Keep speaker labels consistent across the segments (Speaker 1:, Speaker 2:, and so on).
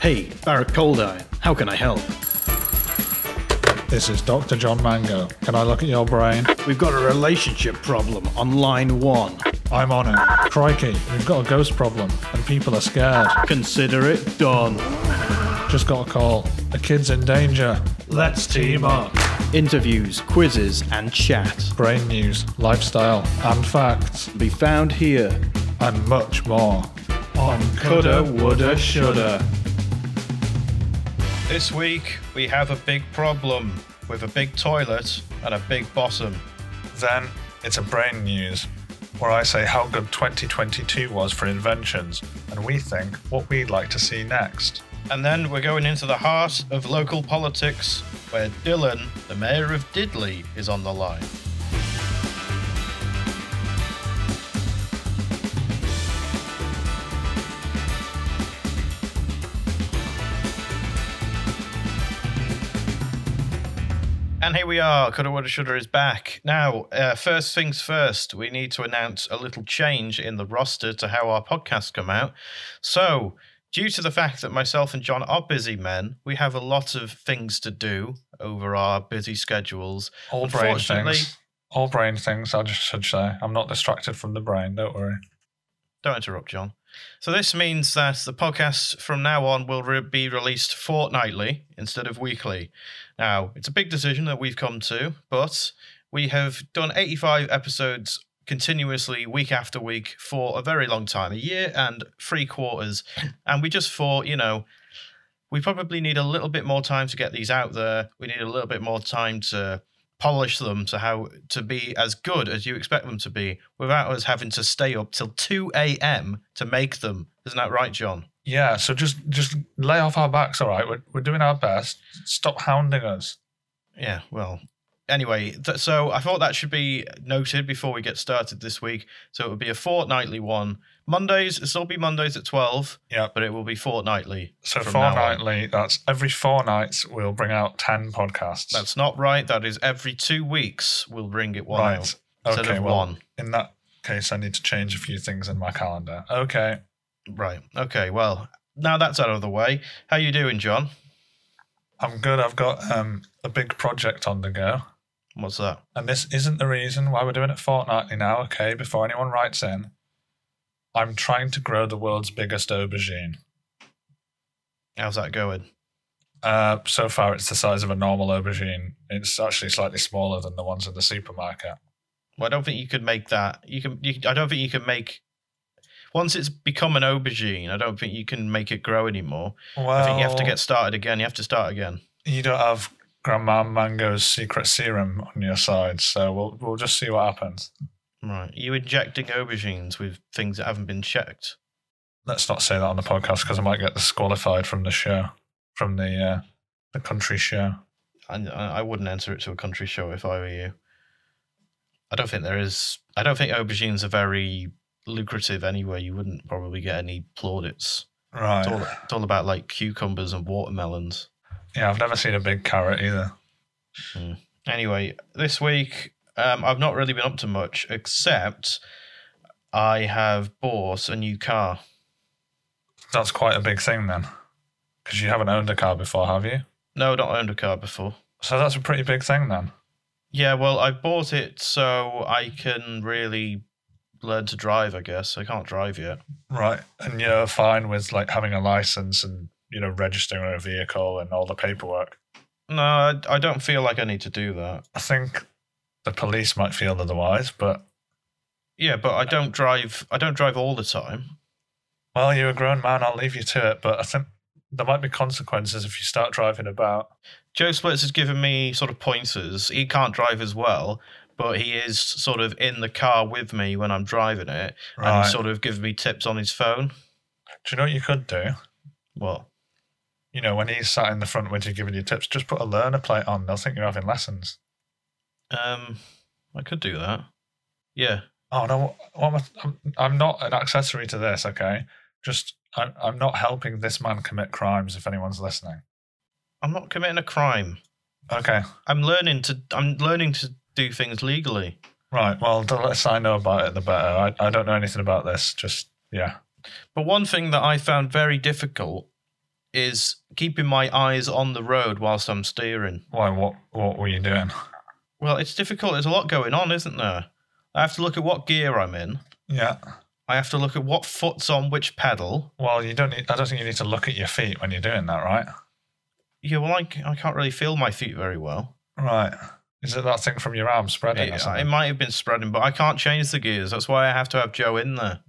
Speaker 1: Hey, Barrack Coldeye, how can I help?
Speaker 2: This is Dr. John Mango. Can I look at your brain?
Speaker 1: We've got a relationship problem on line one.
Speaker 2: I'm on it. Crikey, we've got a ghost problem, and people are scared.
Speaker 1: Consider it done.
Speaker 2: Just got a call. A kid's in danger.
Speaker 1: Let's team up. Interviews, quizzes, and chat
Speaker 2: Brain news, lifestyle, and facts,
Speaker 1: be found here
Speaker 2: and much more.
Speaker 1: on Coulda, Woulda, Shoulda.
Speaker 3: This week, we have a big problem with a big toilet and a big bottom.
Speaker 2: Then it's a brain news, where I say how good 2022 was for inventions, and we think what we'd like to see next.
Speaker 3: And then we're going into the heart of local politics, where Dylan, the mayor of Diddley, is on the line. And here we are, Coulda Woulda Shoulda is back. Now, uh, first things first, we need to announce a little change in the roster to how our podcasts come out. So, due to the fact that myself and John are busy men, we have a lot of things to do over our busy schedules.
Speaker 2: All brain
Speaker 3: Unfortunately-
Speaker 2: things. All brain things, I just should say. I'm not distracted from the brain, don't worry.
Speaker 3: Don't interrupt, John. So this means that the podcast from now on will re- be released fortnightly instead of weekly. Now, it's a big decision that we've come to, but we have done 85 episodes continuously week after week for a very long time, a year and 3 quarters, and we just thought, you know, we probably need a little bit more time to get these out there. We need a little bit more time to polish them to how to be as good as you expect them to be without us having to stay up till 2 a.m. to make them. Isn't that right, John?
Speaker 2: Yeah, so just just lay off our backs, all right? We're, we're doing our best. Stop hounding us.
Speaker 3: Yeah, well, anyway, th- so I thought that should be noted before we get started this week. So it would be a fortnightly one. Mondays, it'll still be Mondays at 12,
Speaker 2: Yeah.
Speaker 3: but it will be fortnightly.
Speaker 2: So
Speaker 3: from now on.
Speaker 2: fortnightly, that's every four nights we'll bring out ten podcasts.
Speaker 3: That's not right. That is every two weeks we'll bring it one out
Speaker 2: right.
Speaker 3: instead
Speaker 2: okay,
Speaker 3: of
Speaker 2: well,
Speaker 3: one.
Speaker 2: in that case, I need to change a few things in my calendar. Okay,
Speaker 3: Right. Okay, well, now that's out of the way. How you doing, John?
Speaker 2: I'm good. I've got um, a big project on the go,
Speaker 3: What's that?
Speaker 2: and this isn't the reason why we're doing it fortnightly now. Okay, before anyone writes in, I'm trying to grow the world's biggest aubergine.
Speaker 3: How's that going?
Speaker 2: Uh, so far, it's the size of a normal aubergine. It's actually slightly smaller than the ones in the supermarket.
Speaker 3: Well, I don't think you could make that. You can. You, I don't think you can make. Once it's become an aubergine, I don't think you can make it grow anymore.
Speaker 2: Well,
Speaker 3: I think you have to get started again. You have to start again.
Speaker 2: you don't have Grandma Mango's secret serum on your side, so we'll we'll just see what happens.
Speaker 3: Right. You injecting aubergines with things that haven't been checked.
Speaker 2: Let's not say that on the podcast because I might get disqualified from the show, from the uh, the country show.
Speaker 3: And I, I wouldn't enter it to a country show if I were you. I don't think there is. I don't think aubergines are very lucrative anyway. You wouldn't probably get any plaudits.
Speaker 2: Right.
Speaker 3: It's all, it's all about like cucumbers and watermelons.
Speaker 2: Yeah, I've never seen a big carrot either.
Speaker 3: anyway, this week um, I've not really been up to much except I have bought a new car.
Speaker 2: That's quite a big thing then, because you haven't owned a car before, have you?
Speaker 3: No, not owned a car before.
Speaker 2: So that's a pretty big thing then.
Speaker 3: Yeah, well, I bought it so I can really learn to drive. I guess I can't drive yet.
Speaker 2: Right. And you're fine with like having a license and you know registering a vehicle and all the paperwork.
Speaker 3: No, I, I don't feel like I need to do that.
Speaker 2: I think the police might feel otherwise, but
Speaker 3: Yeah, but I don't drive. I don't drive all the time.
Speaker 2: Well, you're a grown man. I'll leave you to it. But I think there might be consequences if you start driving about.
Speaker 3: Joe Splits has given me sort of pointers. He can't drive as well, but he is sort of in the car with me when I'm driving it, and
Speaker 2: Right.
Speaker 3: sort of gives me tips on his phone.
Speaker 2: Do you know what you could do?
Speaker 3: What?
Speaker 2: You know, when he's sat in the front window giving you tips, just put a learner plate on. They'll think you're having lessons.
Speaker 3: Um, I could do that. Yeah.
Speaker 2: Oh no! What am I, I'm, I'm not an accessory to this. Okay, just I, I'm not helping this man commit crimes. If anyone's listening,
Speaker 3: I'm not committing a crime.
Speaker 2: okay,
Speaker 3: I'm learning to. I'm learning to do things legally.
Speaker 2: right. Well, the less I know about it, the better. I, I don't know anything about this. Just yeah.
Speaker 3: But one thing that I found very difficult is keeping my eyes on the road whilst I'm steering.
Speaker 2: Why? What? What were you doing?
Speaker 3: Well, it's difficult. There's a lot going on, isn't there? I have to look at what gear I'm in.
Speaker 2: Yeah.
Speaker 3: I have to look at what foot's on which pedal.
Speaker 2: Well, you don't need. I don't think you need to look at your feet when you're doing that, right?
Speaker 3: Yeah, well, I, c- I can't really feel my feet very well.
Speaker 2: Right. Is it that thing from your arm spreading? or
Speaker 3: It, it
Speaker 2: something?
Speaker 3: might have been spreading, but I can't change the gears. That's why I have to have Joe in there.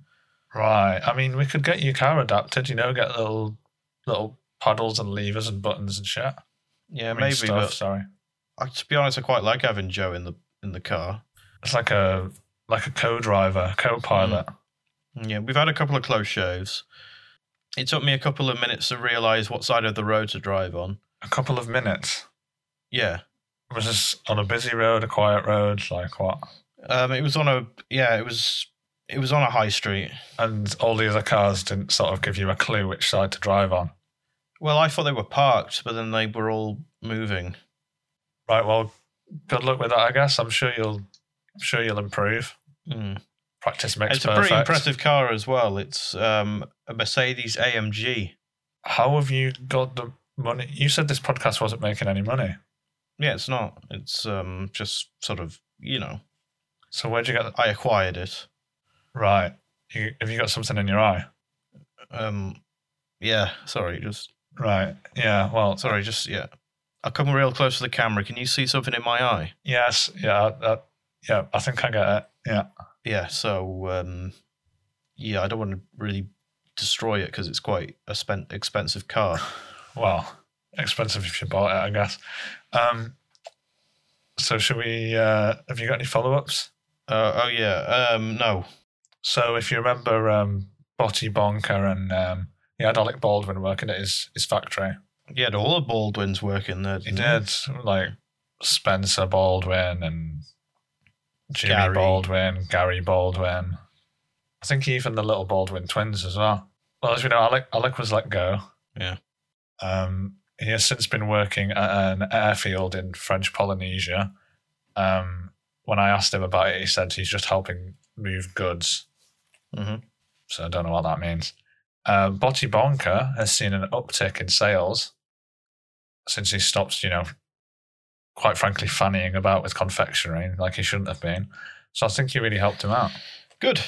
Speaker 2: Right. I mean, we could get your car adapted. You know, get little little paddles and levers and buttons and shit.
Speaker 3: Yeah,
Speaker 2: I mean,
Speaker 3: maybe.
Speaker 2: stuff, sorry.
Speaker 3: But I, to be honest, I quite like having Joe in the in the car.
Speaker 2: It's like a like a co-driver, co-pilot.
Speaker 3: Yeah, we've had a couple of close shaves. It took me a couple of minutes to realise what side of the road to drive on.
Speaker 2: A couple of minutes.
Speaker 3: Yeah,
Speaker 2: Was this on a busy road, a quiet road, like what?
Speaker 3: um, it was on a yeah, it was it was on a high street.
Speaker 2: And all the other cars didn't sort of give you a clue which side to drive on.
Speaker 3: Well, I thought they were parked, but then they were all moving.
Speaker 2: Right. Well, good luck with that. I guess I'm sure you'll I'm sure you'll improve.
Speaker 3: Mm.
Speaker 2: Practice makes
Speaker 3: It's a
Speaker 2: perfect.
Speaker 3: pretty impressive car as well. It's um, a Mercedes AMG.
Speaker 2: How have you got the money? You said this podcast wasn't making any money.
Speaker 3: Yeah, it's not. It's um, just sort of you know,
Speaker 2: So where'd you get? The,
Speaker 3: I acquired it.
Speaker 2: right. You, have you got something in your eye?
Speaker 3: Um, yeah, sorry, just
Speaker 2: Right. Yeah. Well. So,
Speaker 3: Oh, sorry, just yeah. I'll come real close to the camera. Can you see something in my eye?
Speaker 2: yes. Yeah. Uh, yeah. I think I get it. Yeah.
Speaker 3: yeah so um yeah i don't want to really destroy it because it's quite a spent expensive car
Speaker 2: Well, expensive if you bought it, I guess. Um. So should we? Uh, have you got any follow-ups?
Speaker 3: uh, oh yeah um no
Speaker 2: So if you remember, um, Botti Bonker and um, he had Alec Baldwin working at his his factory.
Speaker 3: yeah the- all the baldwins working there
Speaker 2: He
Speaker 3: didn't
Speaker 2: did like Spencer Baldwin and Jimmy
Speaker 3: Gary.
Speaker 2: Baldwin, Gary Baldwin. I think even the little Baldwin twins as well. Well, as we know, Alec Alec was let go.
Speaker 3: Yeah.
Speaker 2: Um, he has since been working at an airfield in French Polynesia. Um, when I asked him about it, he said he's just helping move goods.
Speaker 3: Mhm.
Speaker 2: So I don't know what that means. Uh, Botti Bonker has seen an uptick in sales since he stopped, you know, quite frankly, fannying about with confectionery like he shouldn't have been. So I think you really helped him out.
Speaker 3: good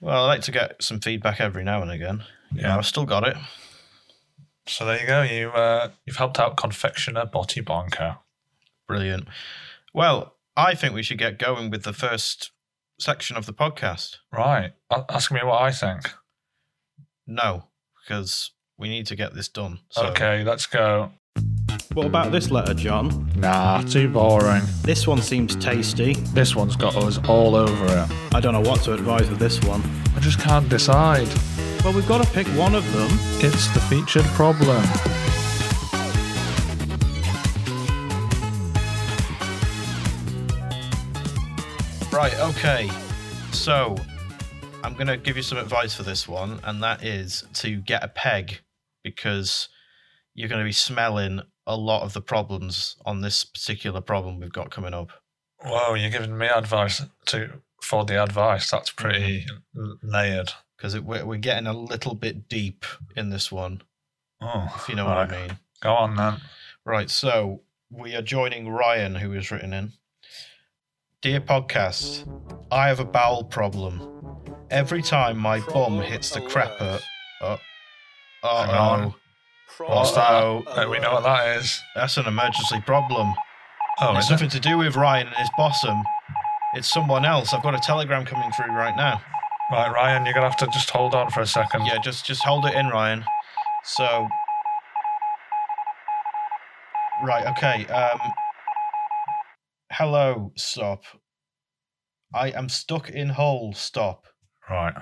Speaker 3: well i like to get some feedback every now and again yeah i've still got it
Speaker 2: So there you go. You uh, you've helped out confectioner Botti Bonker.
Speaker 3: brilliant well i think we should get going with the first section of the podcast
Speaker 2: Right. A- Ask me what I think.
Speaker 3: no because we need to get this done so
Speaker 2: Okay, let's go.
Speaker 1: What about this letter, John?
Speaker 2: Nah, Ah, too boring.
Speaker 1: This one seems tasty.
Speaker 2: This one's got us all over it.
Speaker 1: I don't know what to advise with this one.
Speaker 2: I just can't decide.
Speaker 1: Well, we've got to pick one of them.
Speaker 2: It's the featured problem.
Speaker 3: Right, okay. So, I'm going to give you some advice for this one, and that is to get a peg because you're going to be smelling a lot of the problems on this particular problem we've got coming up.
Speaker 2: Whoa, you're giving me advice to for the advice. That's pretty l- layered.
Speaker 3: Because we're, we're getting a little bit deep in this one,
Speaker 2: Oh,
Speaker 3: if you know
Speaker 2: right.
Speaker 3: what I mean.
Speaker 2: Go on then.
Speaker 3: Right, so we are joining Ryan, who is written in. Dear podcast, I have a bowel problem. Every time my bum hits the crapper. Oh,
Speaker 2: Hang
Speaker 3: oh,
Speaker 2: on. What's
Speaker 3: What's
Speaker 2: that?
Speaker 3: Uh-oh.
Speaker 1: Oh,
Speaker 2: Uh, we know what that is.
Speaker 3: That's an emergency problem.
Speaker 2: Oh,
Speaker 3: it's
Speaker 2: is it?
Speaker 3: nothing to do with Ryan and his bossum. It's someone else. I've got a telegram coming through right now.
Speaker 2: Right, Ryan, you're gonna have to just hold on for a second.
Speaker 3: Yeah, just just hold it in, Ryan. So Right, okay. Um Hello, stop. I am stuck in hole, stop.
Speaker 2: Right.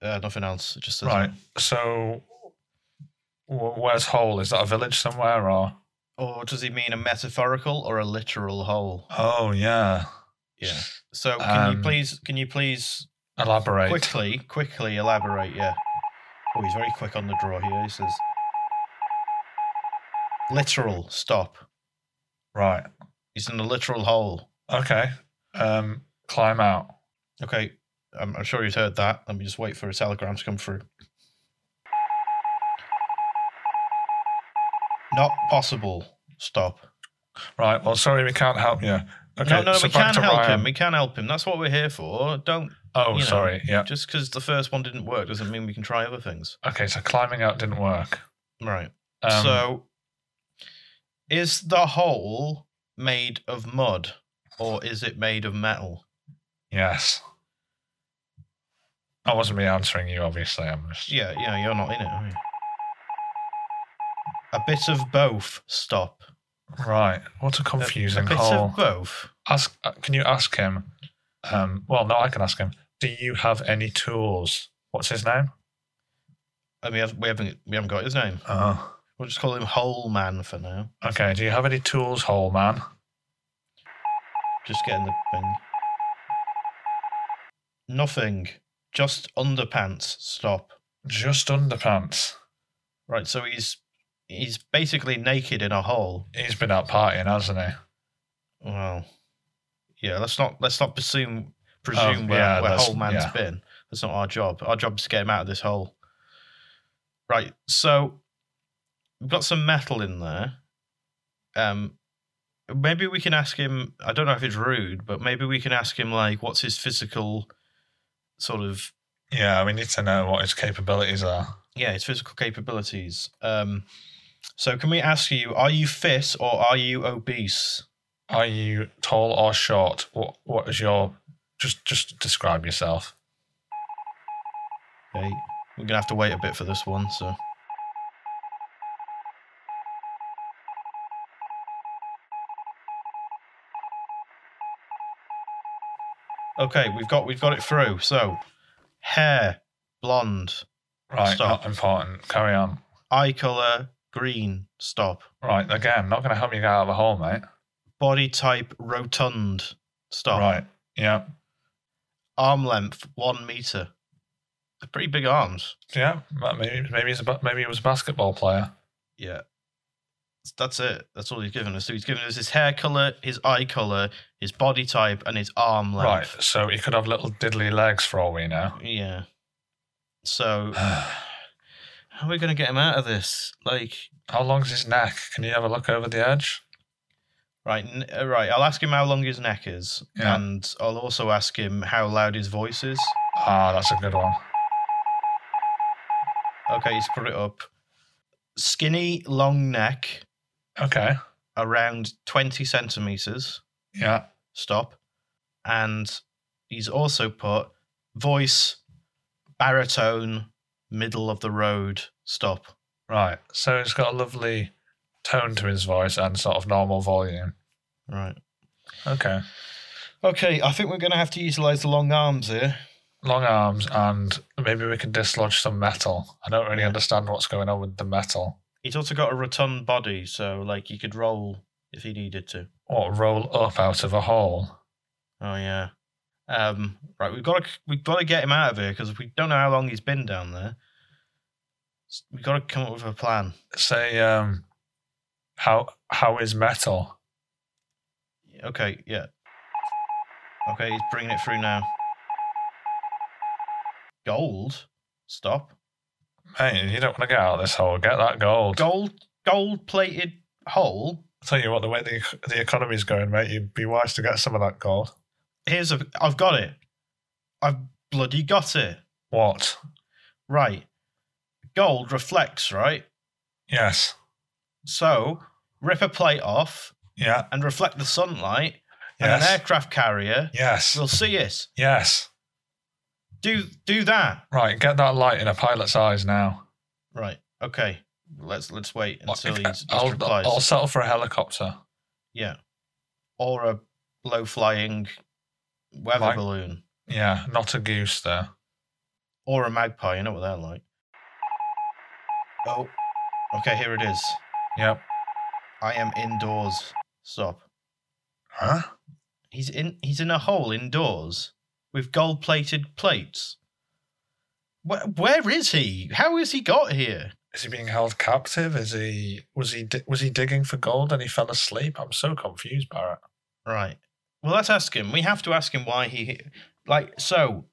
Speaker 3: Uh, nothing else. It just says
Speaker 2: Right. So, wh- where's Hole? Is that a village somewhere or?
Speaker 3: Or does he mean a metaphorical or a literal hole?
Speaker 2: Oh yeah.
Speaker 3: Yeah. So can
Speaker 2: Um,
Speaker 3: you please can you please
Speaker 2: Elaborate.
Speaker 3: Quickly, quickly elaborate, yeah. Oh, he's very quick on the draw here. He says, literal, stop.
Speaker 2: Right.
Speaker 3: He's in a literal hole.
Speaker 2: Okay. Um, climb out.
Speaker 3: Okay, I'm, I'm sure you've heard that. Let me just wait for a telegram to come through. Not possible. Stop.
Speaker 2: Right. Well, sorry, we can't help you. Okay.
Speaker 3: no, no,
Speaker 2: so
Speaker 3: we
Speaker 2: back
Speaker 3: can
Speaker 2: to
Speaker 3: help
Speaker 2: Ryan.
Speaker 3: him. We can help him. That's what we're here for. Don't
Speaker 2: Oh,
Speaker 3: you know.
Speaker 2: sorry. Yeah.
Speaker 3: just because the first one didn't work doesn't mean we can try other things.
Speaker 2: Okay. So climbing out didn't work.
Speaker 3: Right.
Speaker 2: Um,
Speaker 3: so, is the hole made of mud or is it made of metal?
Speaker 2: yes. I wasn't me answering you, obviously. I'm just.
Speaker 3: Yeah, yeah, you're not in it. Are you? A bit of both. Stop.
Speaker 2: Right. What a
Speaker 3: A-
Speaker 2: confusing
Speaker 3: A, bit
Speaker 2: hole.
Speaker 3: of both.
Speaker 2: ask uh, can you ask him um well no i can ask him do you have any tools what's his name
Speaker 3: And we have we haven't we haven't got his name.
Speaker 2: oh
Speaker 3: We'll just call him Hole Man for now.
Speaker 2: okay do you have any tools hole man
Speaker 3: Just getting the thing. Nothing. Just underpants. Stop.
Speaker 2: just underpants
Speaker 3: Right, so he's he's basically naked in a hole.
Speaker 2: he's been out partying hasn't he
Speaker 3: Well, yeah. Let's not let's not presume presume
Speaker 2: Oh,
Speaker 3: where,
Speaker 2: yeah,
Speaker 3: where
Speaker 2: that's-
Speaker 3: hole man's
Speaker 2: yeah.
Speaker 3: been. That's not our job. Our job's to get him out of this hole. Right. So we've got some metal in there. Um, maybe we can ask him. I don't know if it's rude, but maybe we can ask him like, what's his physical sort of
Speaker 2: yeah we need to know what his capabilities are
Speaker 3: yeah, his physical capabilities. Um, so can we ask you, are you fit or are you obese?
Speaker 2: are you tall or short what what is your just just describe yourself
Speaker 3: Okay. We're gonna have to wait a bit for this one, so Okay, we've got we've got it through. So hair, blonde,
Speaker 2: right
Speaker 3: Stop.
Speaker 2: not important carry on
Speaker 3: eye colour, green, stop.
Speaker 2: right again not going to help you get out of the hole mate
Speaker 3: Body type rotund, stop.
Speaker 2: right yeah
Speaker 3: Arm length, one meter. They're pretty big arms.
Speaker 2: yeah maybe maybe he's a ba- maybe he was a basketball player
Speaker 3: Yeah. That's it. That's all he's given us. So he's given us his hair color, his eye color, his body type, and his arm
Speaker 2: Right,
Speaker 3: length.
Speaker 2: so he could have little diddly legs for all we know.
Speaker 3: Yeah. So how are we gonna get him out of this? Like,
Speaker 2: How long's his neck? Can you have a look over the edge?
Speaker 3: right, n- uh, right. I'll ask him how long his neck is,
Speaker 2: Yeah.
Speaker 3: and I'll also ask him how loud his voice is.
Speaker 2: Ah, that's a good one.
Speaker 3: Okay, he's put it up. Skinny, long neck,
Speaker 2: Okay,
Speaker 3: around twenty centimeters.
Speaker 2: yeah.
Speaker 3: stop. And he's also put voice, baritone, middle of the road, stop.
Speaker 2: Right, so he's got a lovely tone to his voice and sort of normal volume.
Speaker 3: Right.
Speaker 2: Okay.
Speaker 3: Okay, I think we're going to have to utilize the long arms here.
Speaker 2: Long arms, and maybe we can dislodge some metal. I don't really
Speaker 3: Yeah.
Speaker 2: understand what's going on with the metal.
Speaker 3: He's also got a rotund body, so like he could roll if he needed to.
Speaker 2: Or roll up out of a hole.
Speaker 3: Oh yeah. Um, right, we've got to we've got to get him out of here because we don't know how long he's been down there. S- We've got to come up with a plan.
Speaker 2: Say, um, how how is metal?
Speaker 3: Okay, yeah. Okay, he's bringing it through now. Gold? Stop.
Speaker 2: Hey, you don't want to get out of this hole. Get that gold.
Speaker 3: Gold gold plated hole?
Speaker 2: I'll tell you what, the way the, the economy's going, mate, you'd be wise to get some of that gold.
Speaker 3: Here's a I've got it. I've bloody got it.
Speaker 2: What?
Speaker 3: Right. Gold reflects, right?
Speaker 2: Yes.
Speaker 3: So rip a plate off
Speaker 2: Yeah.
Speaker 3: and reflect the sunlight and
Speaker 2: Yes.
Speaker 3: an aircraft carrier
Speaker 2: yes.
Speaker 3: will see us.
Speaker 2: yes.
Speaker 3: Do do that.
Speaker 2: Right. Get that light in a pilot's eyes now.
Speaker 3: Right. Okay. Let's let's wait until
Speaker 2: If-
Speaker 3: he's, he's
Speaker 2: I'll,
Speaker 3: replies.
Speaker 2: I'll settle for a helicopter.
Speaker 3: Yeah. Or a low flying weather
Speaker 2: Mag-
Speaker 3: balloon.
Speaker 2: Yeah. Not a goose, though.
Speaker 3: Or a magpie, you know what they're like. Oh. Okay, here it is.
Speaker 2: Yep.
Speaker 3: I am indoors. Stop.
Speaker 2: Huh?
Speaker 3: He's in he's in a hole indoors with gold plated plates. Where, where is he? How has he got here?
Speaker 2: Is he being held captive? Is he was he di- was he digging for gold and he fell asleep? I'm so confused, Barrett.
Speaker 3: Right. Well, let's ask him. We have to ask him why he like so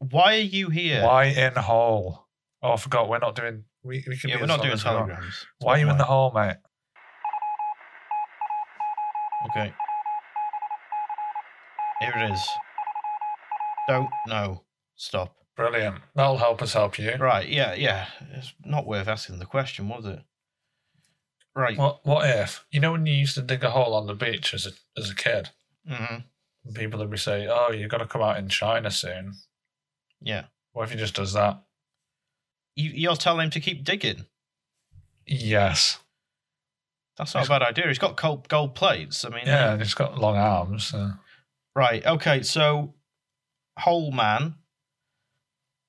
Speaker 3: why are you here?
Speaker 2: Why in hole? Oh, I forgot. We're not doing. We, we can
Speaker 3: yeah,
Speaker 2: be
Speaker 3: we're
Speaker 2: as
Speaker 3: not
Speaker 2: long
Speaker 3: doing
Speaker 2: as we want.
Speaker 3: telegrams.
Speaker 2: Why are you in the hole, mate?
Speaker 3: Okay. Here it is. Don't know. Stop.
Speaker 2: Brilliant. That'll help us help you.
Speaker 3: Right, yeah, yeah. It's not worth asking the question, was it? Right.
Speaker 2: What What if you know when you used to dig a hole on the beach as a as a kid?
Speaker 3: hmm
Speaker 2: And people would be saying, "Oh, you've got to come out in China soon."
Speaker 3: Yeah.
Speaker 2: What if he just does that?
Speaker 3: You, you're telling him to keep digging.
Speaker 2: Yes.
Speaker 3: That's not a bad idea. He's got gold, gold plates. I mean,
Speaker 2: Yeah, and he's got long arms. uh, so-
Speaker 3: Right. Okay. So, whole man,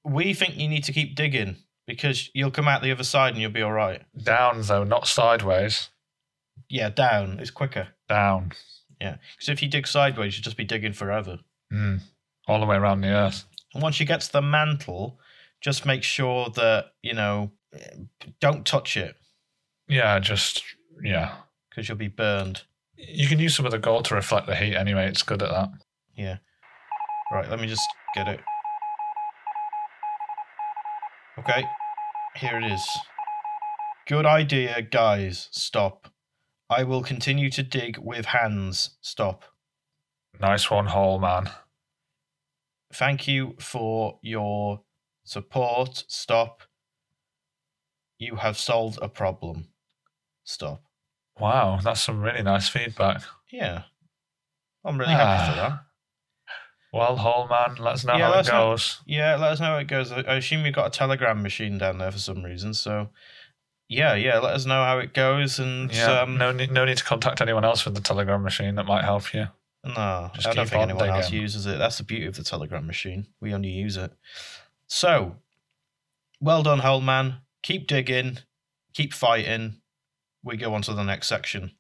Speaker 3: we think you need to keep digging because you'll come out the other side and you'll be all right.
Speaker 2: Down though, not sideways.
Speaker 3: Yeah, down. It's quicker.
Speaker 2: Down.
Speaker 3: Yeah. Because if you dig sideways, you'll just be digging forever.
Speaker 2: Mm. All the way around the earth.
Speaker 3: And once you get to the mantle, just make sure that, you know, don't touch it
Speaker 2: Yeah, just yeah.
Speaker 3: because you'll be burned.
Speaker 2: You can use some of the gold to reflect the heat anyway. It's good at that.
Speaker 3: Yeah. Right. Let me just get it. Okay. Here it is. Good idea, guys. Stop. I will continue to dig with hands. Stop.
Speaker 2: Nice one, hole man.
Speaker 3: Thank you for your support. Stop. You have solved a problem. Stop.
Speaker 2: Wow, that's some really nice feedback.
Speaker 3: Yeah. I'm really happy for
Speaker 2: Ah.
Speaker 3: that.
Speaker 2: Well, hole man, let us know
Speaker 3: Yeah,
Speaker 2: how
Speaker 3: let
Speaker 2: it
Speaker 3: us know.
Speaker 2: goes.
Speaker 3: Yeah, let us know how it goes. I I assume you've got a telegram machine down there for some reason. So, yeah, yeah, let us know how it goes. And
Speaker 2: Yeah,
Speaker 3: um, no,
Speaker 2: no, need, no need to contact anyone else with the Telegram machine. That might help you. Just
Speaker 3: I don't
Speaker 2: keep
Speaker 3: think
Speaker 2: on
Speaker 3: anyone else
Speaker 2: digging.
Speaker 3: uses it. That's the beauty of the telegram machine. We only use it. So, well done, whole man. Keep digging, keep fighting. We go on to the next section.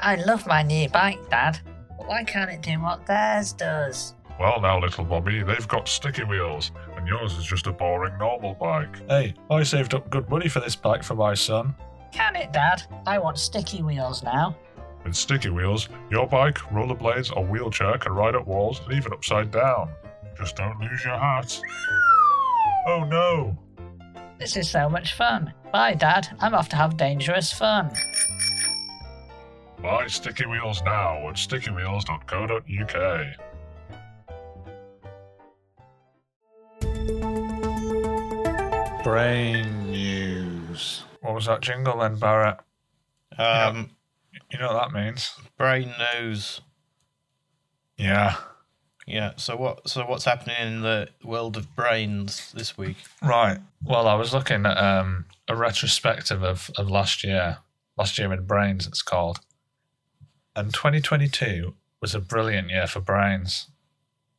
Speaker 4: I love my new bike, Dad. But why can't it do what theirs does?
Speaker 5: Well, now, little Bobby, they've got sticky wheels, and yours is just a boring normal bike.
Speaker 2: Hey, I saved up good money for this bike for my son.
Speaker 4: Can it, Dad? I want sticky wheels now.
Speaker 5: With sticky wheels, your bike, rollerblades, or wheelchair can ride up walls and even upside down. Just don't lose your hat. Oh no!
Speaker 4: This is so much fun. Bye, Dad. I'm off to have dangerous fun.
Speaker 5: Buy sticky wheels now at stickywheels.co.uk.
Speaker 2: Brain news. What was that jingle then, Barrett?
Speaker 3: Um,
Speaker 2: You know what that means?
Speaker 3: Brain knows.
Speaker 2: Yeah.
Speaker 3: Yeah. So what? So what's happening in the world of brains this week?
Speaker 2: Right. Well, I was looking at um, a retrospective of, of last year. Last year in brains, it's called. And 2022 was a brilliant year for brains.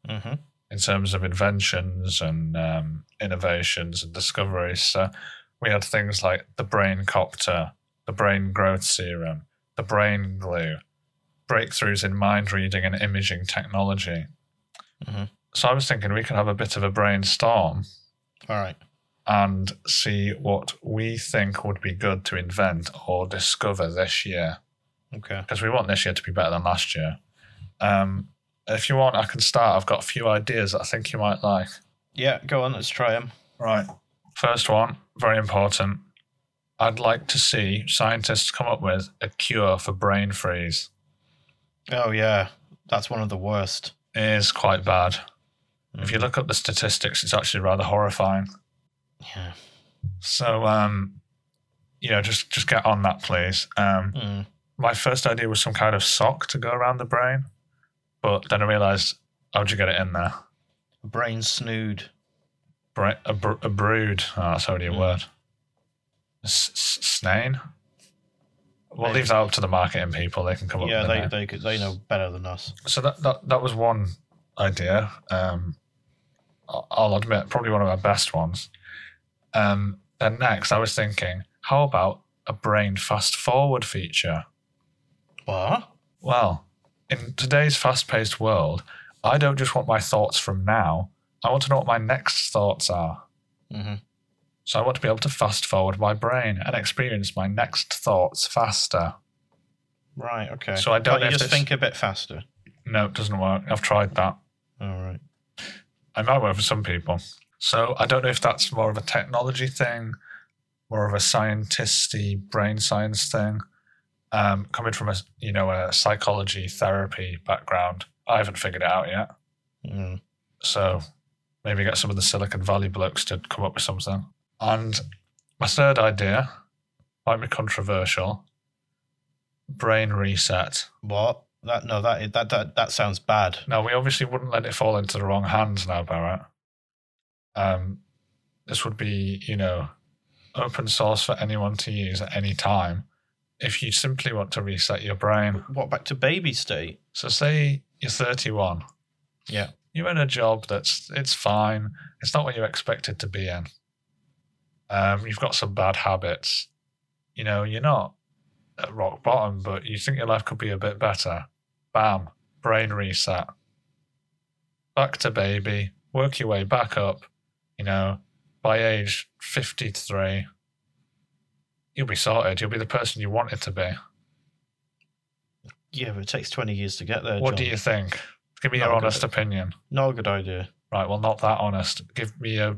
Speaker 3: hmm
Speaker 2: in terms of inventions and um, innovations and discoveries. So we had things like the brain copter, the brain growth serum, the brain glue, breakthroughs in mind reading and imaging technology.
Speaker 3: Mhm.
Speaker 2: So I was thinking we could have a bit of a brainstorm
Speaker 3: All right.
Speaker 2: and see what we think would be good to invent or discover this year
Speaker 3: Okay.
Speaker 2: because we want this year to be better than last year. Um, if you want, I can start. I've got a few ideas that I think you might like.
Speaker 3: Yeah. Go on. Let's try them.
Speaker 2: Right. First one, very important. I'd like to see scientists come up with a cure for brain freeze.
Speaker 3: Oh yeah, that's one of the worst.
Speaker 2: It is quite bad. If you look up the statistics, it's actually rather horrifying.
Speaker 3: yeah,
Speaker 2: So, um, you know, just just get on that, please. Um,
Speaker 3: mm.
Speaker 2: my first idea was some kind of sock to go around the brain, but then I realised, how'd you get it in there?
Speaker 3: brain snood.
Speaker 2: Bra- a, br- a brood. Oh, that's already a
Speaker 3: Mm.
Speaker 2: word. S- s- snane. We'll
Speaker 3: Maybe.
Speaker 2: leave that up to the marketing people. They can come up
Speaker 3: Yeah,
Speaker 2: with
Speaker 3: they,
Speaker 2: it.
Speaker 3: they could they know better than us.
Speaker 2: So that, that that was one idea. Um, I- I'll admit, probably one of our best ones. Um, then next, I was thinking, how about a brain fast forward feature?
Speaker 3: What?
Speaker 2: Well, in today's fast paced world, I don't just want my thoughts from now. I want to know what my next thoughts are.
Speaker 3: hmm
Speaker 2: So I want to be able to fast forward my brain and experience my next thoughts faster.
Speaker 3: Right. Okay.
Speaker 2: So I don't
Speaker 3: Can't
Speaker 2: know
Speaker 3: you
Speaker 2: if
Speaker 3: just
Speaker 2: this-
Speaker 3: think a bit faster.
Speaker 2: No, it doesn't work. I've tried that.
Speaker 3: All right.
Speaker 2: It might work for some people. So I don't know if that's more of a technology thing more of a scientisty brain science thing. Um, coming from a s- you know a psychology therapy background, I haven't figured it out yet.
Speaker 3: Mm.
Speaker 2: So maybe get some of the Silicon Valley blokes to come up with something. And my third idea might be controversial. Brain reset.
Speaker 3: What? That no, that, is- that that that sounds bad.
Speaker 2: Now we obviously wouldn't let it fall into the wrong hands now, Barrett. Um, this would be, you know, open source for anyone to use at any time. If you simply want to reset your brain,
Speaker 3: What back to baby state?
Speaker 2: so say you're 31.
Speaker 3: Yeah.
Speaker 2: You're in a job that's it's fine. It's not what you expected to be in. Um, you've got some bad habits. You know, you're not at rock bottom, but you think your life could be a bit better. Bam, brain reset. Back to baby. Work your way back up. You know, by age 53, you'll be sorted. You'll be the person you wanted to be.
Speaker 3: Yeah, but it takes twenty years to get there.
Speaker 2: What do
Speaker 3: John.
Speaker 2: you think? Give me
Speaker 3: Not
Speaker 2: your
Speaker 3: a good
Speaker 2: honest opinion.
Speaker 3: No good idea.
Speaker 2: Right, well, not that honest. Give me a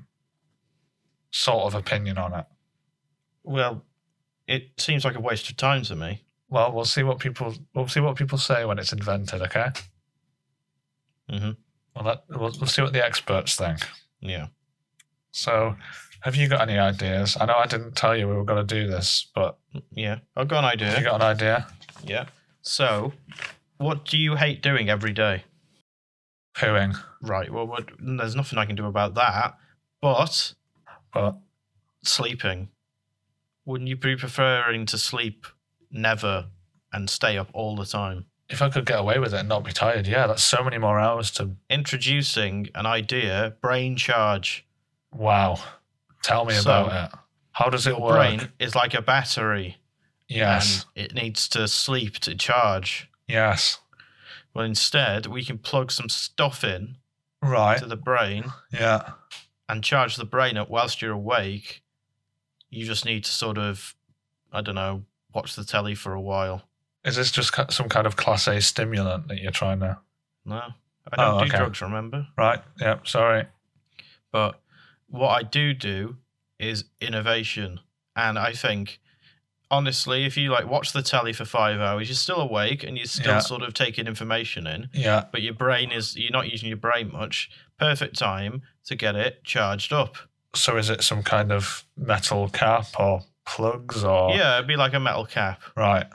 Speaker 2: sort of opinion on it.
Speaker 3: Well, it seems like a waste of time to me.
Speaker 2: Well, we'll see what people we'll see what people say when it's invented. Okay.
Speaker 3: Mhm.
Speaker 2: Well, that, we'll, we'll see what the experts think.
Speaker 3: Yeah.
Speaker 2: So, have you got any ideas? I know I didn't tell you we were going to do this, but
Speaker 3: Yeah. I've got an
Speaker 2: have you
Speaker 3: idea.
Speaker 2: got an idea?
Speaker 3: Yeah. So, what do you hate doing every day?
Speaker 2: Pooing.
Speaker 3: Right. Well, what, there's nothing I can do about that. But
Speaker 2: But
Speaker 3: sleeping. Wouldn't you be preferring to sleep never and stay up all the time?
Speaker 2: if I could get away with it and not be tired, yeah, that's so many more hours to.
Speaker 3: Introducing an idea, brain charge.
Speaker 2: Wow. Tell me
Speaker 3: So,
Speaker 2: about it. How does it
Speaker 3: Your
Speaker 2: work?
Speaker 3: brain is like a battery
Speaker 2: Yes.
Speaker 3: and it needs to sleep to charge.
Speaker 2: yes.
Speaker 3: Well, instead, we can plug some stuff in
Speaker 2: Right.
Speaker 3: to the brain
Speaker 2: Yeah.
Speaker 3: and charge the brain up whilst you're awake. You just need to sort of, I don't know, watch the telly for a while.
Speaker 2: Is this just ca- some kind of class A stimulant that you're trying to?
Speaker 3: No, I don't
Speaker 2: Oh,
Speaker 3: do
Speaker 2: okay.
Speaker 3: drugs, remember?
Speaker 2: Right. Yep. Sorry.
Speaker 3: But what I do do is innovation. And I think, honestly, if you like watch the telly for five hours, you're still awake and you're still
Speaker 2: Yeah.
Speaker 3: sort of taking information in,
Speaker 2: Yeah.
Speaker 3: but your brain is, you're not using your brain much. Perfect time to get it charged up.
Speaker 2: So is it some kind of metal cap or plugs or?
Speaker 3: Yeah, it'd be like a metal cap.
Speaker 2: Right.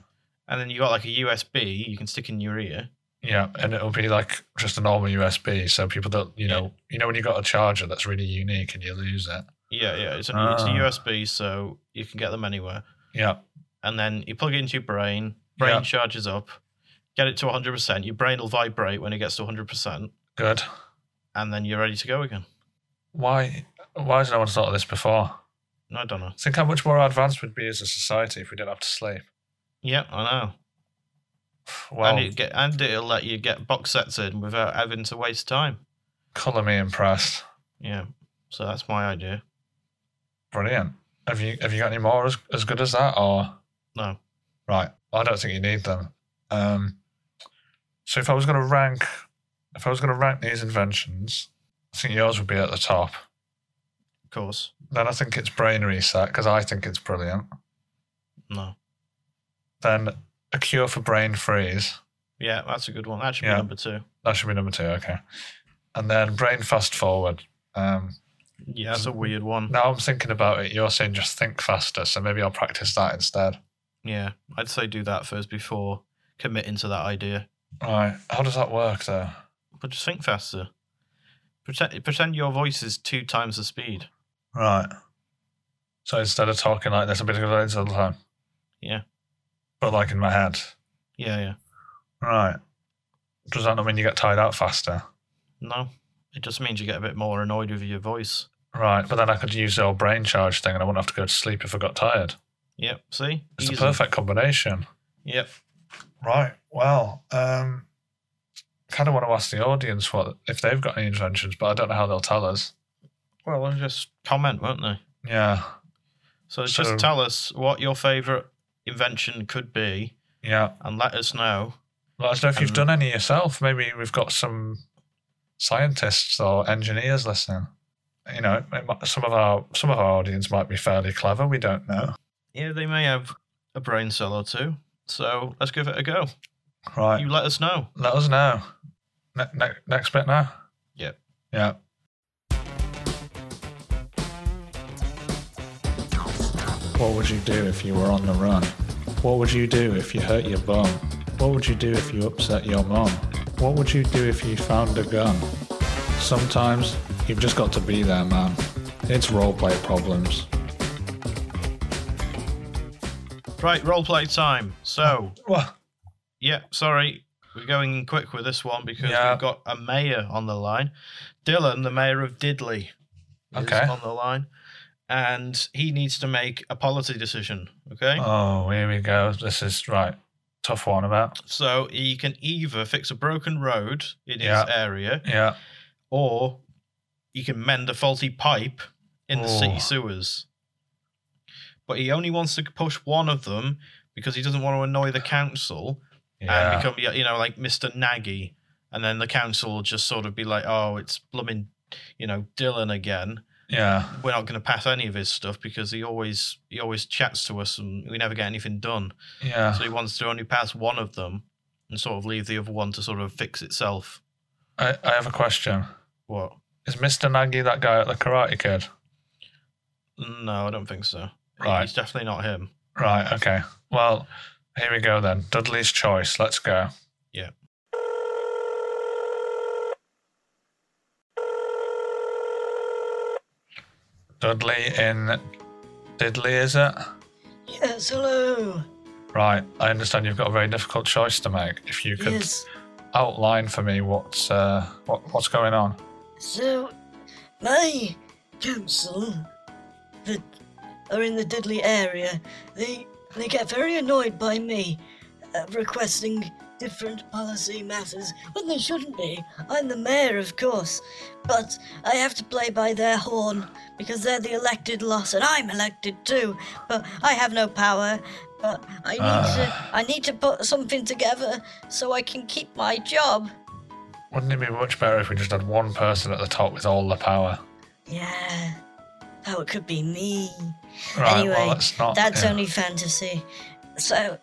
Speaker 3: And then you got like a USB you can stick in your ear.
Speaker 2: Yeah, and it'll be like just a normal USB. So people don't, you know, you know when you got a charger that's really unique and you lose it.
Speaker 3: Yeah, yeah. It's a,
Speaker 2: Ah.
Speaker 3: it's a USB, so you can get them anywhere.
Speaker 2: Yeah.
Speaker 3: And then you plug it into your brain, brain
Speaker 2: Yeah.
Speaker 3: charges up, get it to 100%. Your brain will vibrate when it gets to 100%,
Speaker 2: Good.
Speaker 3: and then you're ready to go again.
Speaker 2: Why? Why has no one thought of this before?
Speaker 3: I don't know.
Speaker 2: Think how much more advanced we'd be as a society if we didn't have to sleep.
Speaker 3: Yeah, I know.
Speaker 2: Well,
Speaker 3: and, it get, and it'll let you get box sets in without having to waste time.
Speaker 2: colour me impressed.
Speaker 3: Yeah. So that's my idea.
Speaker 2: Brilliant. Have you have you got any more as, as good as that or?
Speaker 3: No.
Speaker 2: Right. I don't think you need them. Um, so if I was going to rank, if I was going to rank these inventions, I think yours would be at the top.
Speaker 3: Of course.
Speaker 2: Then I think it's brain reset because I think it's brilliant.
Speaker 3: No.
Speaker 2: Then a cure for brain freeze.
Speaker 3: Yeah, that's a good one. That should
Speaker 2: Yeah.
Speaker 3: be number two.
Speaker 2: That should be number two. Okay. And then brain fast forward. Um,
Speaker 3: Yeah, that's a weird one.
Speaker 2: now I'm thinking about it. You're saying just think faster, so maybe I'll practice that instead.
Speaker 3: Yeah, I'd say do that first before committing to that idea.
Speaker 2: Right. How does that work though?
Speaker 3: But just think faster. Pretend, pretend your voice is two times the speed.
Speaker 2: Right. So instead of talking like this, I'm going to go all the time.
Speaker 3: Yeah.
Speaker 2: But like in my head.
Speaker 3: Yeah, yeah.
Speaker 2: Right. Does that not mean you get tired out faster?
Speaker 3: No, it just means you get a bit more annoyed with your voice.
Speaker 2: Right. But then I could use the old brain charge thing and I wouldn't have to go to sleep if I got tired.
Speaker 3: Yep. See,
Speaker 2: It's the
Speaker 3: Easy.
Speaker 2: perfect combination.
Speaker 3: Yep.
Speaker 2: Right. Well, um, kind of want to ask the audience what if they've got any inventions, but I don't know how they'll tell us.
Speaker 3: Well, they'll just comment, won't they?
Speaker 2: Yeah.
Speaker 3: So,
Speaker 2: So-
Speaker 3: just tell us what your favorite invention could be,
Speaker 2: Yeah.
Speaker 3: and let us know.
Speaker 2: Let us know if you've
Speaker 3: Um,
Speaker 2: done any yourself. Maybe we've got some scientists or engineers listening. you know, it might- some of our some of our audience might be fairly clever. We don't know.
Speaker 3: Yeah, they may have a brain cell or two. So let's give it a go.
Speaker 2: Right.
Speaker 3: You let us know.
Speaker 2: Let us know. Ne- ne- next bit now.
Speaker 3: Yep.
Speaker 2: Yeah. What would you do if you were on the run? What would you do if you hurt your bum? What would you do if you upset your mum? What would you do if you found a gun? Sometimes you've just got to be there, man. It's roleplay problems.
Speaker 3: Right, roleplay time. So,
Speaker 2: Well,
Speaker 3: yeah, sorry. We're going quick with this one because
Speaker 2: Yeah.
Speaker 3: we've got a mayor on the line. Dylan, the mayor of Diddley, is
Speaker 2: Okay.
Speaker 3: on the line. And he needs to make a policy decision. Okay.
Speaker 2: oh, here we go. This is right. Tough one about.
Speaker 3: So he can either fix a broken road in
Speaker 2: Yeah.
Speaker 3: his area
Speaker 2: Yeah.
Speaker 3: or he can mend a faulty pipe in the
Speaker 2: Oh.
Speaker 3: city sewers. But he only wants to push one of them because he doesn't want to annoy the council
Speaker 2: Yeah.
Speaker 3: and become, you know, like Mr. Nagy. And then the council will just sort of be like, oh, it's blooming, you know, Dylan again.
Speaker 2: yeah.
Speaker 3: We're not going to pass any of his stuff because he always he always chats to us and we never get anything done.
Speaker 2: Yeah.
Speaker 3: So he wants to only pass one of them and sort of leave the other one to sort of fix itself.
Speaker 2: I, I have a question.
Speaker 3: What?
Speaker 2: Is Mr. Nagy that guy at the Karate Kid?
Speaker 3: No, I don't think so.
Speaker 2: Right.
Speaker 3: He's definitely not him.
Speaker 2: Right, okay. Well, here we go then. Dudley's choice. Let's go.
Speaker 3: Yeah.
Speaker 2: Dudley in Diddley, is it?
Speaker 4: Yes, hello.
Speaker 2: Right. I understand you've got a very difficult choice to make. If you could
Speaker 4: Yes.
Speaker 2: outline for me what's uh, what, what's going on.
Speaker 4: So, my council that are in the Diddley area, they they get very annoyed by me uh, requesting different policy matters when they shouldn't be. I'm the mayor, of course, but I have to play by their horn because they're the elected lot, and I'm elected too. But I have no power. But I need
Speaker 2: Ah.
Speaker 4: to I need to put something together so I can keep my job.
Speaker 2: Wouldn't it be much better if we just had one person at the top with all the power?
Speaker 4: Yeah. Oh, it could be me.
Speaker 2: Right,
Speaker 4: anyway,
Speaker 2: well, that's not.
Speaker 4: that's
Speaker 2: Oh, yeah.
Speaker 4: only fantasy. So,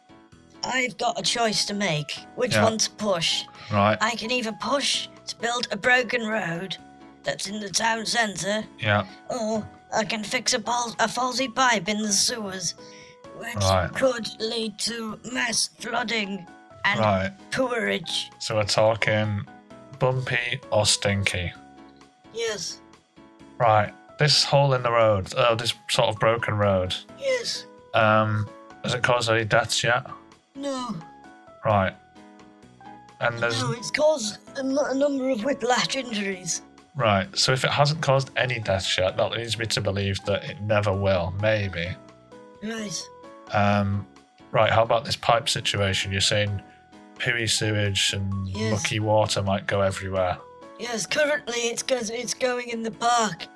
Speaker 4: I've got a choice to make which
Speaker 2: Yeah.
Speaker 4: one to push.
Speaker 2: Right,
Speaker 4: I can either push to build a broken road that's in the town centre,
Speaker 2: yeah.
Speaker 4: or I can fix a, bol- a faulty pipe in the sewers, which
Speaker 2: Right.
Speaker 4: could lead to mass flooding and
Speaker 2: Right.
Speaker 4: poorage.
Speaker 2: So we're talking bumpy or stinky.
Speaker 4: Yes,
Speaker 2: Right. This hole in the road, oh, this sort of broken road,
Speaker 4: yes,
Speaker 2: um, has it caused any deaths yet?
Speaker 4: no.
Speaker 2: Right. And there's.
Speaker 4: No, it's caused a n- a number of whiplash injuries.
Speaker 2: Right. So if it hasn't caused any deaths yet, that leads me to believe that it never will, maybe.
Speaker 4: Right.
Speaker 2: Um, right. How about this pipe situation? You're saying pooey sewage and
Speaker 4: Yes.
Speaker 2: mucky water might go everywhere.
Speaker 4: Yes, currently it's goes, it's going in the park.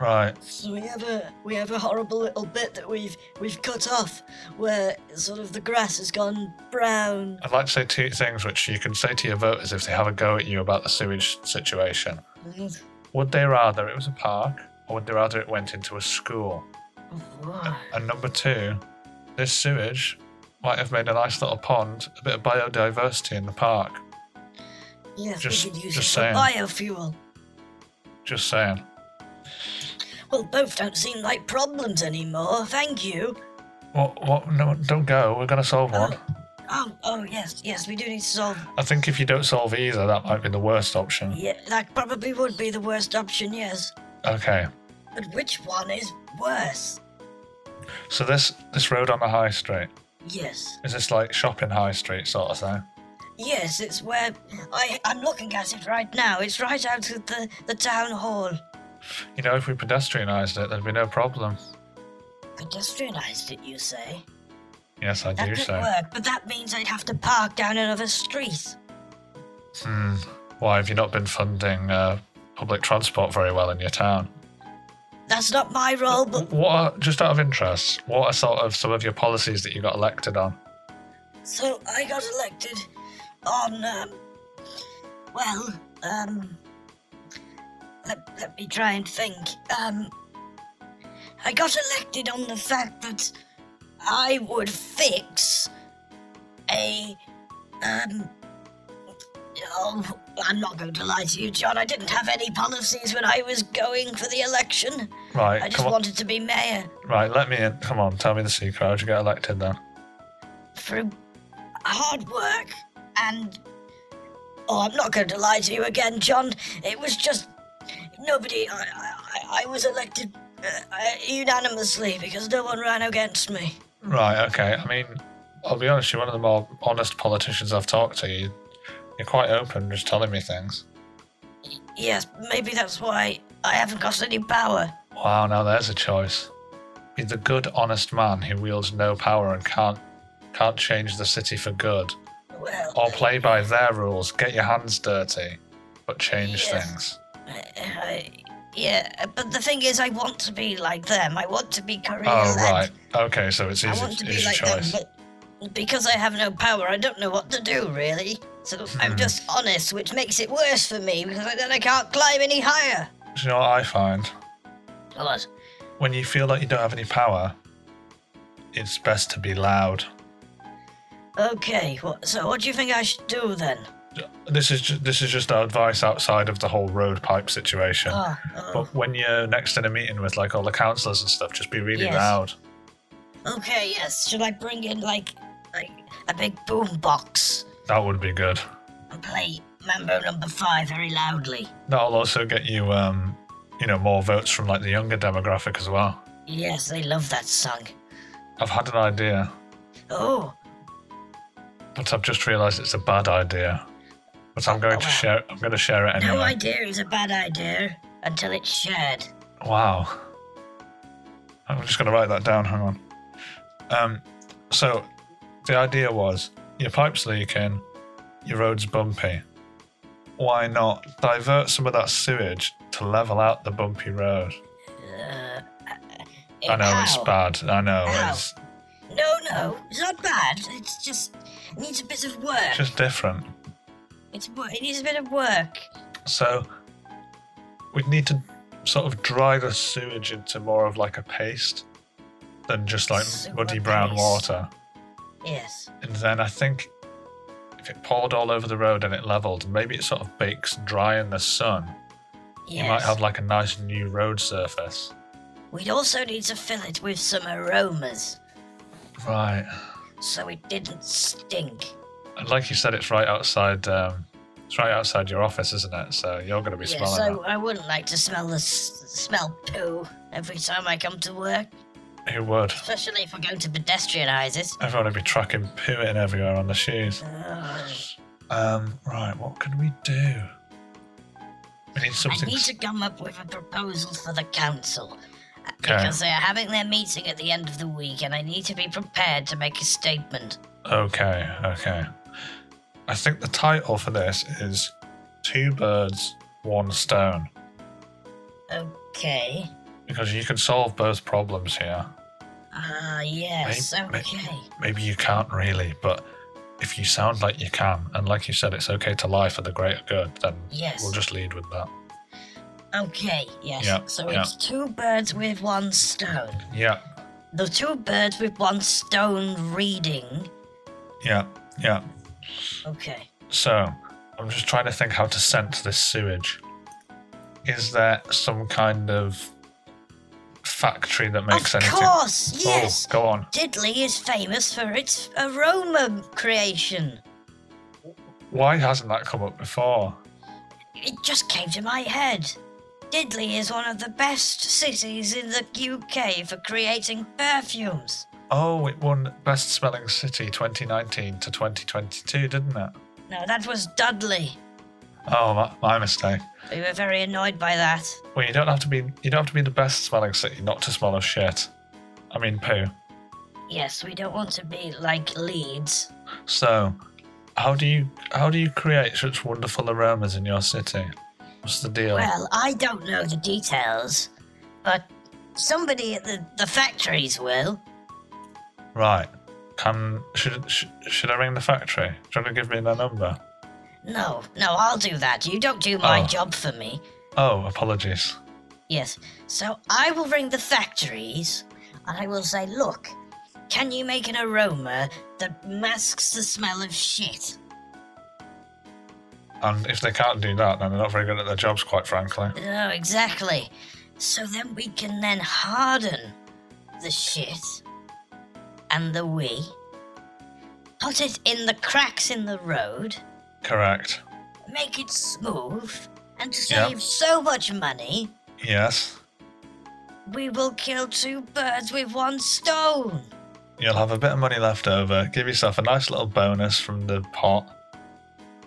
Speaker 2: Right.
Speaker 4: So we have a we have a horrible little bit that we've we've cut off where sort of the grass has gone brown.
Speaker 2: I'd like to say two things which you can say to your voters if they have a go at you about the sewage situation. Would they rather it was a park, or would they rather it went into a school? And number two, this sewage might have made a nice little pond, a bit of biodiversity in the park.
Speaker 4: Yes,
Speaker 2: Just-
Speaker 4: we could use it
Speaker 2: just
Speaker 4: for
Speaker 2: saying.
Speaker 4: biofuel.
Speaker 2: Just saying.
Speaker 4: Well, both don't seem like problems anymore. Thank you.
Speaker 2: What? What? No, don't go. We're gonna solve one.
Speaker 4: Oh, oh yes, yes, we do need to solve.
Speaker 2: I think if you don't solve either, that might be the worst option.
Speaker 4: Yeah, that probably would be the worst option. Yes,
Speaker 2: Okay.
Speaker 4: but which one is worse?
Speaker 2: So this this road on the high street
Speaker 4: Yes,
Speaker 2: is this like shopping high street sort of thing?
Speaker 4: yes, it's where I I'm looking at it right now. It's right out of the the town hall.
Speaker 2: You know, if we pedestrianised it, there'd be no problem.
Speaker 4: Pedestrianized it, you say?
Speaker 2: Yes, I
Speaker 4: That
Speaker 2: do
Speaker 4: could
Speaker 2: say.
Speaker 4: work, but that means I'd have to park down another street.
Speaker 2: Hmm. Why have you not been funding uh, public transport very well in your town?
Speaker 4: That's not my role, but
Speaker 2: What are, just out of interest, what are sort of some of your policies that you got elected on?
Speaker 4: so I got elected on, um, well, um, let, let me try and think. Um, I got elected on the fact that I would fix a. Um, oh, I'm not going to lie to you, John. I didn't have any policies when I was going for the election.
Speaker 2: Right,
Speaker 4: I just
Speaker 2: come on.
Speaker 4: wanted to be mayor
Speaker 2: Right, let me in. Come on, tell me the secret. How'd you get elected then?
Speaker 4: through hard work and. Oh, I'm not going to lie to you again, John. It was just. Nobody. I, I, I was elected uh, uh, unanimously because no one ran against me.
Speaker 2: Right, okay. I mean, I'll be honest, you're one of the more honest politicians I've talked to. You, you're quite open, just telling me things.
Speaker 4: Yes, maybe that's why I haven't got any power.
Speaker 2: Wow, now there's a choice. Be the good, honest man who wields no power and can't can't change the city for good,
Speaker 4: Well,
Speaker 2: or play by their rules. Get your hands dirty, but change
Speaker 4: Yes.
Speaker 2: things. Oh.
Speaker 4: I, yeah, but the thing is, I want to be like them. I want to be career
Speaker 2: Oh
Speaker 4: led.
Speaker 2: right, okay. So it's
Speaker 4: I
Speaker 2: easy.
Speaker 4: want to be
Speaker 2: easy
Speaker 4: like
Speaker 2: choice.
Speaker 4: them, but because I have no power, I don't know what to do really. So I'm
Speaker 2: Hmm.
Speaker 4: just honest, which makes it worse for me because I- then I can't climb any higher.
Speaker 2: Do you know what I find?
Speaker 4: What?
Speaker 2: When you feel like you don't have any power, it's best to be loud.
Speaker 4: Okay, what, so what do you think I should do then?
Speaker 2: This is ju- this is just our advice outside of the whole road pipe situation.
Speaker 4: Ah, oh,
Speaker 2: But when you're next in a meeting with like all the councillors and stuff, just be really
Speaker 4: Yes.
Speaker 2: loud.
Speaker 4: oh, okay, yes. Should I bring in like like a big boom box
Speaker 2: That would be good.
Speaker 4: and play Mambo Number Five very loudly?
Speaker 2: That'll also get you, um, you know, more votes from like the younger demographic as well.
Speaker 4: Yes, they love that song.
Speaker 2: I've had an idea,
Speaker 4: Oh,
Speaker 2: but I've just realised it's a bad idea. But I'm going to
Speaker 4: Oh, wow.
Speaker 2: share. I'm going to share it
Speaker 4: no
Speaker 2: anyway.
Speaker 4: idea is a bad idea until it's shared.
Speaker 2: Wow. I'm just going to write that down. Hang on. Um, so the idea was your pipe's leaking, your road's bumpy. Why not divert some of that sewage to level out the bumpy road?
Speaker 4: Uh,
Speaker 2: I know it's
Speaker 4: how?
Speaker 2: bad. I know
Speaker 4: Ow.
Speaker 2: it's
Speaker 4: No, no, it's not bad. It's just it needs a bit of work.
Speaker 2: just different.
Speaker 4: It's wo- it needs a bit of work.
Speaker 2: So we'd need to sort of dry the sewage into more of like a paste than just like
Speaker 4: Sewer
Speaker 2: muddy brown
Speaker 4: paste.
Speaker 2: water.
Speaker 4: Yes.
Speaker 2: And then I think if it poured all over the road and it leveled, maybe it sort of bakes dry in the sun.
Speaker 4: Yes.
Speaker 2: You might have like a nice new road surface.
Speaker 4: We'd also need to fill it with some aromas
Speaker 2: Right.
Speaker 4: so it didn't stink.
Speaker 2: And like you said, it's right outside. Um, it's right outside your office, isn't it? So you're going to be
Speaker 4: yes,
Speaker 2: smelling
Speaker 4: I, I wouldn't like to smell the s- smell poo every time I come to work,
Speaker 2: that. Who would?
Speaker 4: especially if I go to pedestrianise it.
Speaker 2: Everyone would be tracking poo in everywhere on the shoes.
Speaker 4: Ugh.
Speaker 2: Um, right, what can we do? We need
Speaker 4: I
Speaker 2: something.
Speaker 4: need
Speaker 2: s-
Speaker 4: to come up with a proposal for the council. uh,
Speaker 2: Okay.
Speaker 4: Because they are having their meeting at the end of the week, and I need to be prepared to make a statement.
Speaker 2: Okay, okay. I think the title for this is Two Birds, One Stone,
Speaker 4: Okay.
Speaker 2: because you can solve both problems here.
Speaker 4: Ah, yes,
Speaker 2: May- may-
Speaker 4: okay.
Speaker 2: Maybe you can't really, but if you sound like you can, and like you said, it's okay to lie for the greater good, then
Speaker 4: Yes.
Speaker 2: we'll just lead with that.
Speaker 4: Okay, yes.
Speaker 2: Yeah,
Speaker 4: so
Speaker 2: yeah.
Speaker 4: it's two birds with one stone.
Speaker 2: Yeah,
Speaker 4: The two birds with one stone reading.
Speaker 2: yeah, yeah.
Speaker 4: Okay.
Speaker 2: So, I'm just trying to think how to scent this sewage. Is there some kind of factory that makes
Speaker 4: of
Speaker 2: anything?
Speaker 4: course, yes.
Speaker 2: Oh, go on.
Speaker 4: Diddley is famous for its aroma creation.
Speaker 2: Why hasn't that come up before?
Speaker 4: It just came to my head. Diddley is one of the best cities in the UK for creating perfumes.
Speaker 2: Oh, it won Best Smelling City 2019 to 2022, didn't it?
Speaker 4: No, that was Dudley.
Speaker 2: Oh, my, my mistake.
Speaker 4: We were very annoyed by that.
Speaker 2: Well, you don't have to be you don't have to be the best smelling city not to smell of shit. I mean poo.
Speaker 4: Yes, we don't want to be like Leeds.
Speaker 2: So, how do you how do you create such wonderful aromas in your city? What's the deal?
Speaker 4: Well, I don't know the details, but somebody at the, the factories will.
Speaker 2: Right. Can should, should should I ring the factory? Do you want to give me their number?
Speaker 4: No, no, I'll do that. You don't do my
Speaker 2: Oh.
Speaker 4: job for me.
Speaker 2: Oh, apologies.
Speaker 4: Yes. So I will ring the factories and I will say, look, can you make an aroma that masks the smell of shit?
Speaker 2: And if they can't do that, then they're not very good at their jobs, quite frankly.
Speaker 4: Oh, exactly. So then we can then harden the shit and the we, put it in the cracks in the road,
Speaker 2: Correct.
Speaker 4: make it smooth, and to
Speaker 2: Yeah.
Speaker 4: save so much money,
Speaker 2: Yes.
Speaker 4: we will kill two birds with one stone.
Speaker 2: You'll have a bit of money left over. Give yourself a nice little bonus from the pot.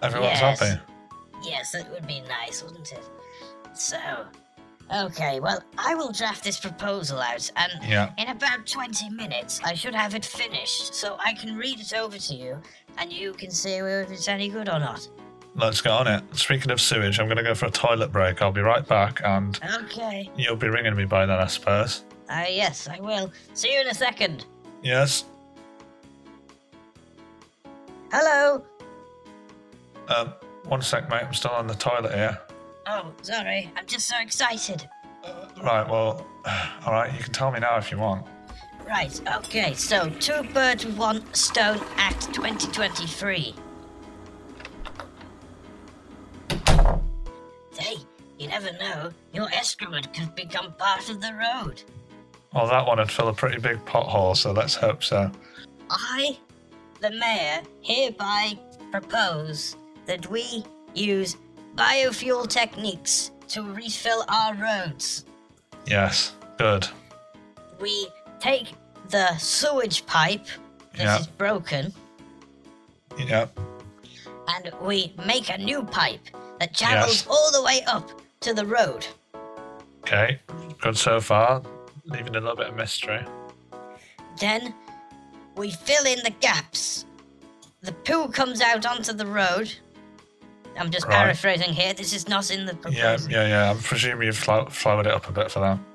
Speaker 2: Everyone's
Speaker 4: Yes.
Speaker 2: happy.
Speaker 4: Yes, that would be nice, wouldn't it? So, okay, well, I will draft this proposal out, and
Speaker 2: Yeah.
Speaker 4: in about 20 minutes, I should have it finished, so I can read it over to you, and you can see whether it's any good or not.
Speaker 2: Let's get on it. Speaking of sewage, I'm going to go for a toilet break. I'll be right back, and
Speaker 4: Okay.
Speaker 2: you'll be ringing me by then, I suppose.
Speaker 4: Uh, yes, I will. See you in a second.
Speaker 2: Yes.
Speaker 4: Hello.
Speaker 2: Um, one sec, mate. I'm still on the toilet here.
Speaker 4: Oh, sorry. I'm just so excited.
Speaker 2: Right. Well. All right. You can tell me now if you want.
Speaker 4: Right, okay, so two birds with one stone Act 2023. Hey, you never know, your excrement could become part of the road.
Speaker 2: Well, Oh, that one would fill a pretty big pothole, so let's hope so.
Speaker 4: I, the mayor, hereby propose that we use biofuel techniques to refill our roads.
Speaker 2: Yes. Good.
Speaker 4: We take the sewage pipe that is
Speaker 2: Yeah.
Speaker 4: broken
Speaker 2: Yeah.
Speaker 4: and we make a new pipe that travels all the way up to the road.
Speaker 2: Okay. Good so far. Leaving a little bit of mystery.
Speaker 4: Then we fill in the gaps. The poo comes out onto the road. I'm just
Speaker 2: Right.
Speaker 4: paraphrasing here. This is not in the
Speaker 2: Yeah.
Speaker 4: proposal.
Speaker 2: Yeah. Yeah. I'm presuming you've flow- flowered it up a bit for them.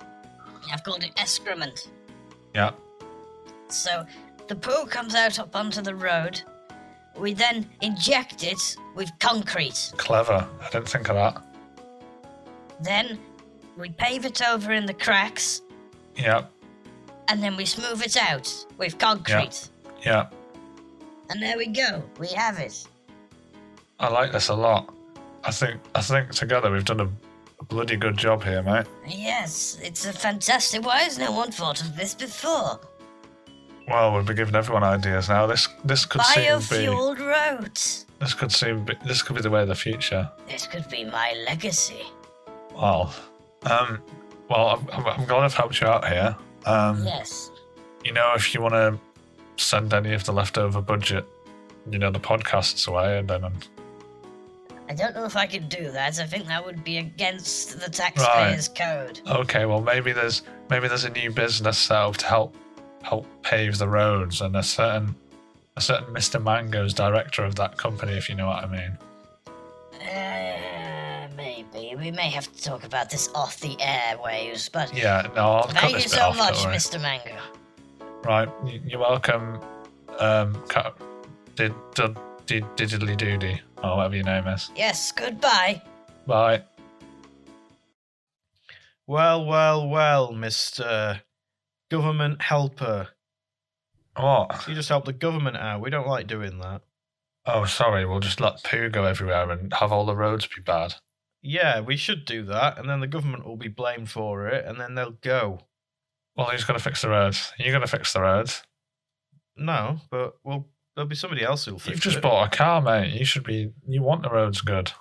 Speaker 4: I've called it excrement.
Speaker 2: Yeah.
Speaker 4: So the poo comes out up onto the road. We then inject it with concrete.
Speaker 2: Clever. I didn't think of that.
Speaker 4: Then we pave it over in the cracks
Speaker 2: Yeah.
Speaker 4: and then we smooth it out with concrete.
Speaker 2: Yeah.
Speaker 4: And there we go. We have it.
Speaker 2: I like this a lot. I think. I think together we've done a, a bloody good job here, mate.
Speaker 4: Yes, it's a fantastic. Why has no one thought of this before?
Speaker 2: Well, we'll be giving everyone ideas now. This this could seem to
Speaker 4: Biofueled roads.
Speaker 2: be this could seem be, this could be the way of the future.
Speaker 4: This could be my legacy.
Speaker 2: Wow. Um, well, I'm, I'm, I'm glad I've helped you out here. Um,
Speaker 4: Yes.
Speaker 2: You know, if you want to send any of the leftover budget, you know, the podcasts away, and then
Speaker 4: I don't know if I can do that. I think that would be against the taxpayers' code.
Speaker 2: okay, well maybe there's maybe there's a new business set up to help help pave the roads, and a certain a certain Mr. Mango's director of that company, if you know what I mean.
Speaker 4: Uh, maybe. We may have to talk about this off the airwaves, but
Speaker 2: Yeah, no, I'll cut
Speaker 4: thank
Speaker 2: this
Speaker 4: you
Speaker 2: bit
Speaker 4: so
Speaker 2: off,
Speaker 4: much,
Speaker 2: don't worry.
Speaker 4: Mr. Mango.
Speaker 2: Right, y- you're welcome. Um, ca- did did did diddly doody or whatever your name is.
Speaker 4: Yes, goodbye.
Speaker 2: Bye.
Speaker 3: Well, well, well, Mr. Government Helper.
Speaker 2: What?
Speaker 3: You just help the government out. We don't like doing that.
Speaker 2: Oh, sorry. We'll just let poo go everywhere and have all the roads be bad.
Speaker 3: Yeah, we should do that, and then the government will be blamed for it, and then they'll go.
Speaker 2: Well, who's gonna fix the roads? You're gonna fix the roads.
Speaker 3: No, but well, there'll be somebody else who'll fix
Speaker 2: You've just
Speaker 3: it.
Speaker 2: bought a car, mate. You should be. You want the roads good,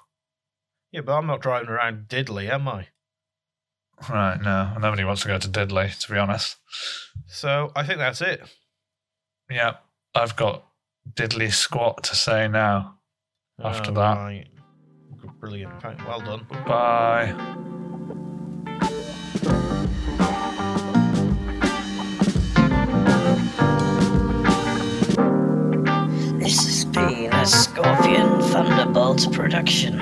Speaker 3: Yeah, but I'm not driving around diddly, am I?
Speaker 2: right? No, nobody wants to go to Diddley, to be honest.
Speaker 3: So I think that's it.
Speaker 2: Yeah, I've got Diddley squat to say now. After that.
Speaker 3: right. Oh brilliant. Thank- Well done.
Speaker 2: Bye.
Speaker 4: This has been a Scorpion Thunderbolt production.